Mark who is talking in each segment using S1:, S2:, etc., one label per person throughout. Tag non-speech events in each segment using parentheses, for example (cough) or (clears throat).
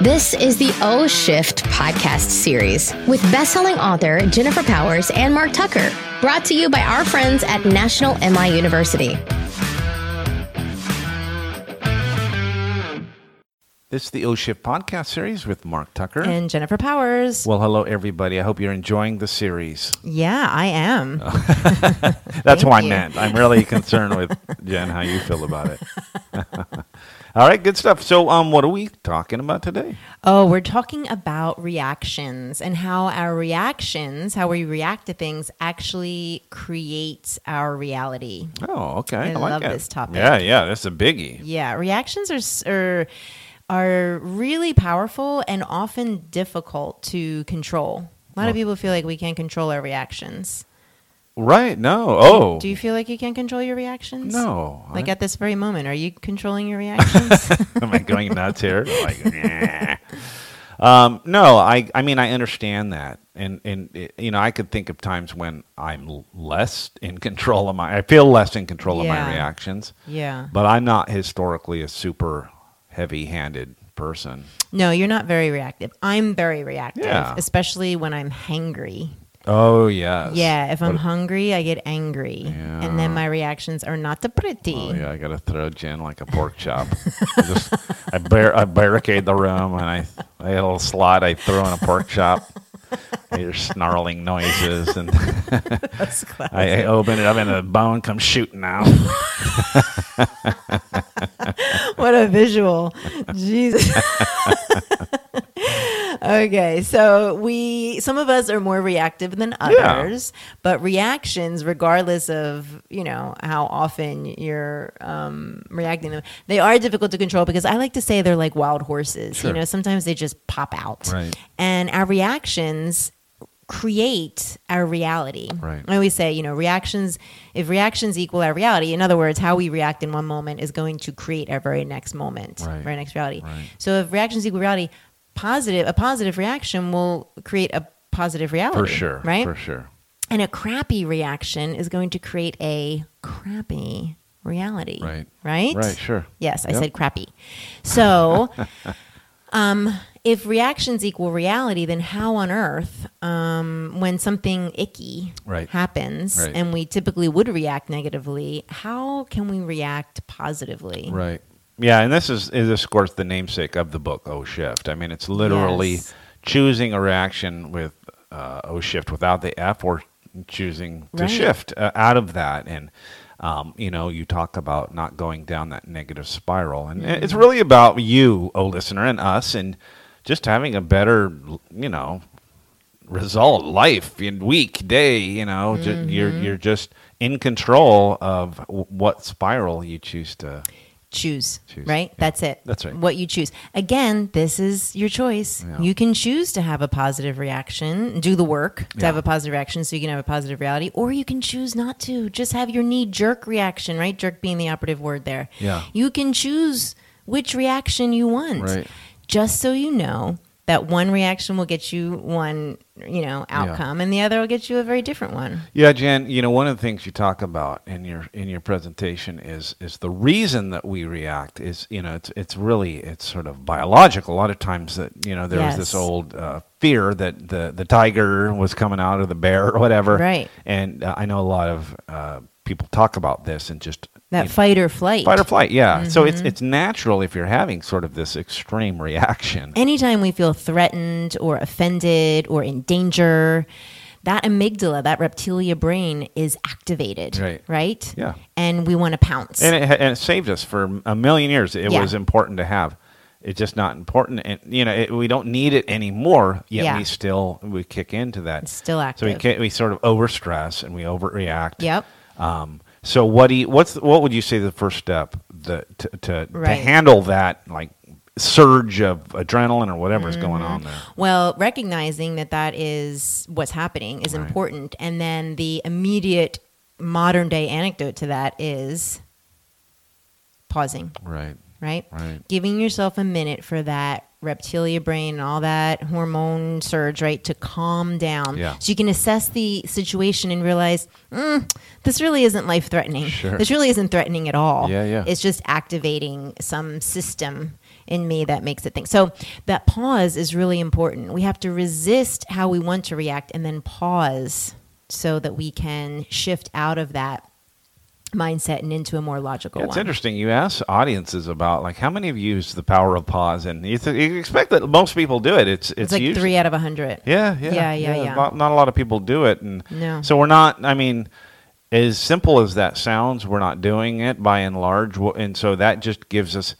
S1: This is the O Shift podcast series with bestselling author Jennifer Powers and Mark Tucker, brought to you by our friends at National MI University.
S2: This is the O Shift podcast series with Mark Tucker.
S3: and Jennifer Powers.
S2: well, hello everybody. I hope you're enjoying the series.
S3: yeah,
S2: (laughs)
S3: I am.
S2: That's what I
S3: you.
S2: meant. I'm really concerned with
S3: (laughs)
S2: Jen how you feel about it. (laughs) All right, good stuff. So, um, what are we talking about today?
S3: Oh, we're talking about reactions and how our reactions, how we react to things, actually creates our reality.
S2: Oh, okay.
S3: I
S2: like
S3: love
S2: it.
S3: this topic.
S2: Yeah, yeah, that's a biggie.
S3: Yeah, reactions are s- are are really powerful and often difficult to control. A lot of people feel like we can't control our reactions.
S2: Right? No. Oh,
S3: Do you feel like you can't control your reactions?
S2: no.
S3: Like at this very moment, are you controlling
S2: (laughs)
S3: your reactions?
S2: Am I going nuts here? Like, nah. um, no, I, I mean, I understand that. And, and, it- you know, I could think of times when I'm l- less in control of my, I feel less in control of my
S3: Yeah.
S2: reactions,
S3: yeah.
S2: but I'm not historically a super heavy handed person.
S3: No, you're not very reactive. I'm very reactive,
S2: Yeah.
S3: especially when I'm hangry.
S2: Oh, yes.
S3: Yeah, if I'm
S2: What-
S3: hungry, I get angry, and then my reactions are not the pretty.
S2: Oh, yeah, I got to throw Jen like a pork chop. I just, I, bar- I barricade the room and I, I had a little slot. I throw in a pork chop. I hear snarling noises and.
S3: That's classic.
S2: I, I open it up and the bone comes shooting out.
S3: (laughs) what a visual. Jesus. (laughs) okay, so we some of us are more reactive than others, but reactions, regardless of you know how often you're um, reacting to them, they are difficult to control because I like to say they're like wild horses.
S2: Sure.
S3: You know, sometimes they just pop out,
S2: Right.
S3: and our reactions create our reality.
S2: Right.
S3: I always say, you know, reactions, if reactions equal our reality, in other words, how we react in one moment is going to create our very next moment,
S2: Right.
S3: very next reality.
S2: Right.
S3: So if reactions equal reality, positive, a positive reaction will create a positive reality.
S2: For sure.
S3: Right?
S2: For sure.
S3: And a crappy reaction is going to create a crappy reality.
S2: Right.
S3: Right?
S2: Right, sure.
S3: Yes, I
S2: Yep.
S3: said crappy.
S2: (laughs)
S3: So, um, if reactions equal reality, then how on earth, um, when something icky
S2: Right.
S3: happens
S2: Right.
S3: and we typically would react negatively, how can we react positively?
S2: Right. Yeah, and this is is of course the namesake of the book O Shift. I mean, it's literally
S3: Yes.
S2: choosing a reaction with uh, O Shift without the F, or choosing to
S3: Right.
S2: shift uh, out of that. And um, you know, you talk about not going down that negative spiral, and it's
S3: Mm-hmm.
S2: really about you, O listener, and us, and just having a better, you know, result life in week day you know ju- you're
S3: Mm-hmm.
S2: you're just in control of w- what spiral you choose to
S3: choose,
S2: Choose,
S3: right?
S2: yeah.
S3: That's it.
S2: That's right.
S3: What you choose. Again, this is your choice.
S2: Yeah.
S3: You can choose to have a positive reaction, do the work to
S2: Yeah.
S3: have a positive reaction so you can have a positive reality, or you can choose not to. Just have your knee jerk reaction, right? Jerk being the operative word there.
S2: Yeah.
S3: You can choose which reaction you want.
S2: Right.
S3: Just so you know that one reaction will get you one, you know, outcome and the other will get you a very different one.
S2: Yeah, Jen, you know, one of the things you talk about in your in your presentation is is the reason that we react is, you know, it's it's really it's sort of biological. A lot of times that, you know, there was this
S3: Yes.
S2: old uh, fear that the the tiger was coming out or the bear or whatever.
S3: Right.
S2: And uh, I know a lot of uh, people talk about this and just
S3: That
S2: you know,
S3: fight Mm-hmm. or flight.
S2: fight or flight. Yeah. So it's it's natural if you're having sort of this extreme reaction.
S3: anytime we feel threatened or offended or in danger, that amygdala, that reptilia brain is activated.
S2: Right.
S3: Right?
S2: Yeah.
S3: And we want to pounce.
S2: and it, ha- and it saved us for a million years. It
S3: Yeah.
S2: was important to have. It's just not important, and you know it, we don't need it anymore. Yet
S3: Yeah.
S2: we still we kick into that.
S3: It's still
S2: So we
S3: active.
S2: can, we sort of overstress and we overreact.
S3: Yep.
S2: Um, so what do you, what's what would you say the first step the, to to, to
S3: Right.
S2: handle that like surge of adrenaline or whatever is going
S3: Mm-hmm.
S2: on there?
S3: well, recognizing that that is what's happening is
S2: Right.
S3: important. And then the immediate modern day anecdote to that is pausing.
S2: Right.
S3: right?
S2: Right.
S3: Giving yourself a minute for that reptilia brain and all that hormone surge, right, to calm down.
S2: Yeah.
S3: So you can assess the situation and realize, mm, this really isn't life threatening.
S2: Sure.
S3: This really isn't threatening at all.
S2: Yeah, yeah.
S3: It's just activating some system in me that makes it think. So that pause is really important. We have to resist how we want to react and then pause so that we can shift out of that mindset and into a more logical
S2: Yeah, it's
S3: one.
S2: interesting. You ask audiences about like how many have used the power of pause, and you, th- you expect that most people do it. It's it's,
S3: It's like
S2: usually-
S3: three out of a hundred.
S2: Yeah, yeah,
S3: Yeah, yeah, yeah.
S2: Not, not a lot of people do it, and
S3: No.
S2: so we're not. I mean, as simple as that sounds, we're not doing it by and large, Wh- and so that just gives us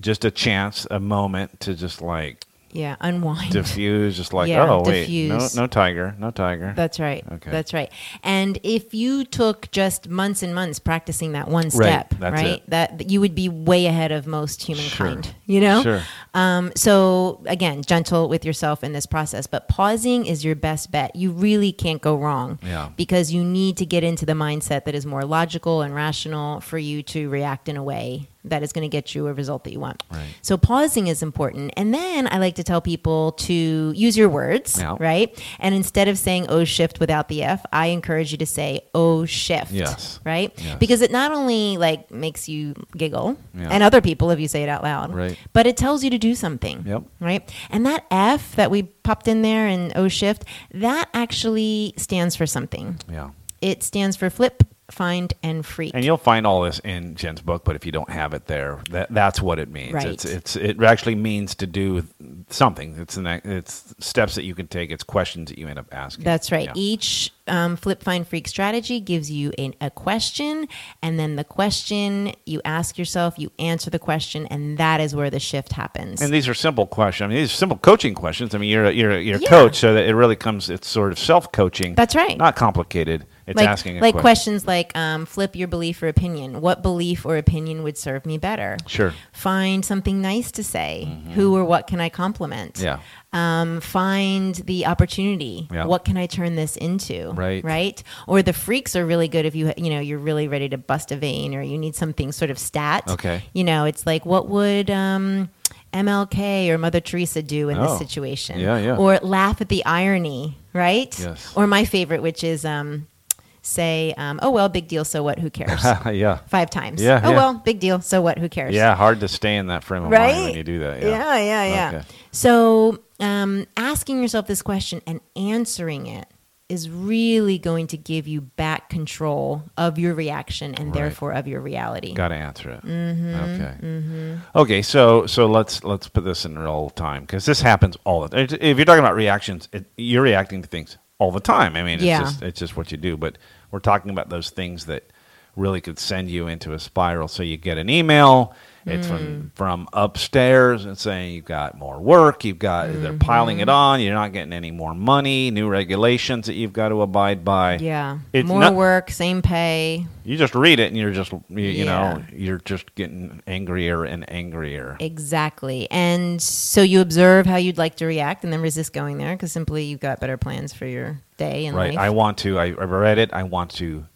S2: just a chance, a moment to just
S3: (clears throat)
S2: like
S3: Yeah, unwind.
S2: diffuse, just like
S3: Yeah,
S2: oh wait,
S3: diffuse.
S2: no, no tiger, no tiger.
S3: That's right.
S2: Okay.
S3: That's right. And if you took just months and months practicing that one
S2: Right.
S3: step,
S2: That's
S3: right,
S2: it.
S3: that that you would be way ahead of most humankind.
S2: Sure.
S3: You know.
S2: Sure.
S3: Um, so again, gentle with yourself in this process, but pausing is your best bet. You really can't go wrong.
S2: Yeah.
S3: Because you need to get into the mindset that is more logical and rational for you to react in a way that is going to get you a result that you want.
S2: Right.
S3: So pausing is important. And then I like to tell people to use your words,
S2: Yeah.
S3: right? And instead of saying "oh shift" without the F, I encourage you to say "oh shift."
S2: Yes.
S3: Right?
S2: Yes.
S3: Because it not only like makes you giggle
S2: Yeah.
S3: and other people if you say it out loud,
S2: Right.
S3: but it tells you to do something.
S2: Yep.
S3: Right? And that F that we popped in there in "oh shift, that actually stands for something.
S2: yeah.
S3: It stands for flip, find and freak.
S2: And you'll find all this in Jen's book, but if you don't have it there, that, that's what it means.
S3: Right.
S2: It's it's it actually means to do something. It's the next, it's steps that you can take. It's questions that you end up asking.
S3: That's right.
S2: Yeah.
S3: Each um, Flip Find Freak strategy gives you an, a question, and then the question you ask yourself, you answer the question, and that is where the shift happens.
S2: And these are simple questions. I mean, these are simple coaching questions. I mean, you're a, you're a, you're a
S3: Yeah.
S2: coach, so that it really comes. It's sort of self coaching.
S3: That's right.
S2: Not complicated. It's
S3: like
S2: asking a
S3: like
S2: question.
S3: questions like um, flip your belief or opinion. What belief or opinion would serve me better?
S2: Sure. (laughs)
S3: Find something nice to say. Who or what can I compliment?
S2: Mm-hmm. Yeah.
S3: um, find the opportunity.
S2: Yeah.
S3: What can I turn this into?
S2: Right.
S3: Right. Or the freaks are really good if you you know you're really ready to bust a vein or you need something sort of stat.
S2: Okay.
S3: You know, it's like what would um, MLK or Mother Teresa do in
S2: Oh.
S3: this situation?
S2: Yeah, yeah.
S3: Or laugh at the irony. Right.
S2: Yes.
S3: Or my favorite, which is um, say, um, oh well, big deal. So what? Who
S2: (laughs)
S3: cares?
S2: yeah.
S3: Five times.
S2: Yeah,
S3: Oh
S2: yeah.
S3: well, big deal. So what? Who cares?
S2: Yeah. Hard to stay in that frame of mind when you do that.
S3: yeah, yeah. yeah.
S2: Okay.
S3: So, um, asking yourself this question and answering it is really going to give you back control of your reaction and
S2: Right.
S3: therefore of your reality.
S2: Got to answer it.
S3: Mm-hmm,
S2: Okay. Okay. So so let's let's put this in real time because this happens all the time. If you're talking about reactions, it, you're reacting to things all the time. I mean, it's
S3: Yeah.
S2: just it's just what you do. But we're talking about those things that really could send you into a spiral. So you get an email. It's
S3: Mm.
S2: from from upstairs and saying you've got more work. You've got they're piling it
S3: Mm-hmm.
S2: on. You're not getting any more money. New regulations that you've got to abide by.
S3: Yeah.
S2: It's
S3: More
S2: not-
S3: work, same pay.
S2: You just read it and you're just, you, you know,
S3: Yeah.
S2: you're just getting angrier and angrier.
S3: Exactly. And so you observe how you'd like to react and then resist going there because simply you've got better plans for your day and
S2: Right. I
S3: life.
S2: want to, I, I read it. I want to,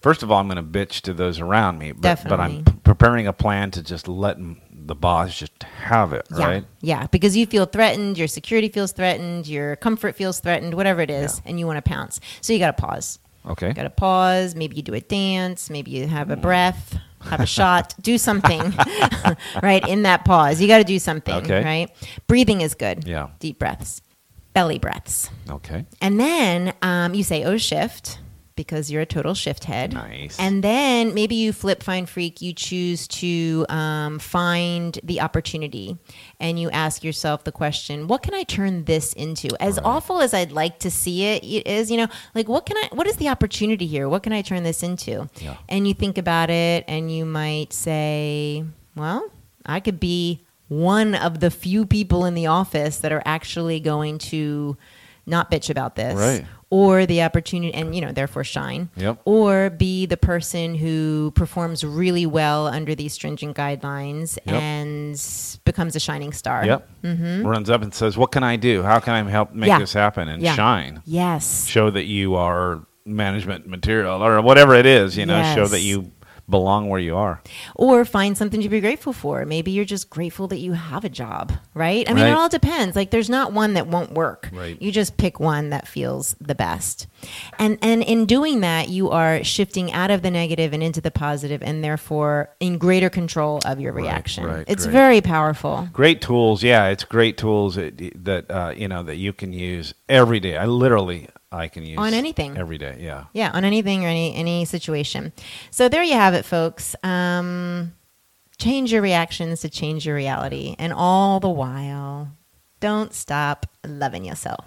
S2: first of all, I'm going to bitch to those around me, but, but I'm
S3: Definitely.
S2: p- preparing a plan to just let m- the boss just have it.
S3: yeah,
S2: Right.
S3: yeah, because you feel threatened, your security feels threatened, your comfort feels threatened, whatever it is, and you want to pounce. So you got to pause.
S2: Okay.
S3: Got to pause. Maybe you do a dance. Maybe you have a breath, have a shot, do something, (laughs) right? In that pause, you got to do something,
S2: Okay.
S3: right? Breathing is good.
S2: Yeah.
S3: Deep breaths, belly breaths.
S2: Okay.
S3: And then um, you say, oh, shift, because you're a total shift head.
S2: Nice.
S3: And then maybe you flip, find, freak, you choose to um, find the opportunity and you ask yourself the question, what can I turn this into? As awful as I'd like to see it, it is, you know, like what can I, what is the opportunity here? What can I turn this into?
S2: Yeah.
S3: And you think about it and you might say, well, I could be one of the few people in the office that are actually going to not bitch about this
S2: Right.
S3: or the opportunity and you know therefore shine
S2: Yep.
S3: or be the person who performs really well under these stringent guidelines
S2: Yep.
S3: and becomes a shining star
S2: Yep. Mm-hmm. Runs up and says, What can I do? How can I help make
S3: Yeah.
S2: this happen and
S3: Yeah.
S2: shine?
S3: yes
S2: Show that you are management material or whatever it is, you know, show
S3: Yes.
S2: that you belong where you are.
S3: or find something to be grateful for. Maybe you're just grateful that you have a job, right? I mean,
S2: Right.
S3: it all depends. Like, there's not one that won't work.
S2: Right.
S3: You just pick one that feels the best, and and in doing that, you are shifting out of the negative and into the positive, and therefore in greater control of your reaction.
S2: right,
S3: it's
S2: great.
S3: very powerful.
S2: Great tools, yeah. It's great tools that, that uh, you know that you can use every day. I literally I can use
S3: On anything.
S2: every day. Yeah.
S3: Yeah, on anything or any any situation. So there you have it, folks. Um, change your reactions to change your reality, and all the while, don't stop loving yourself.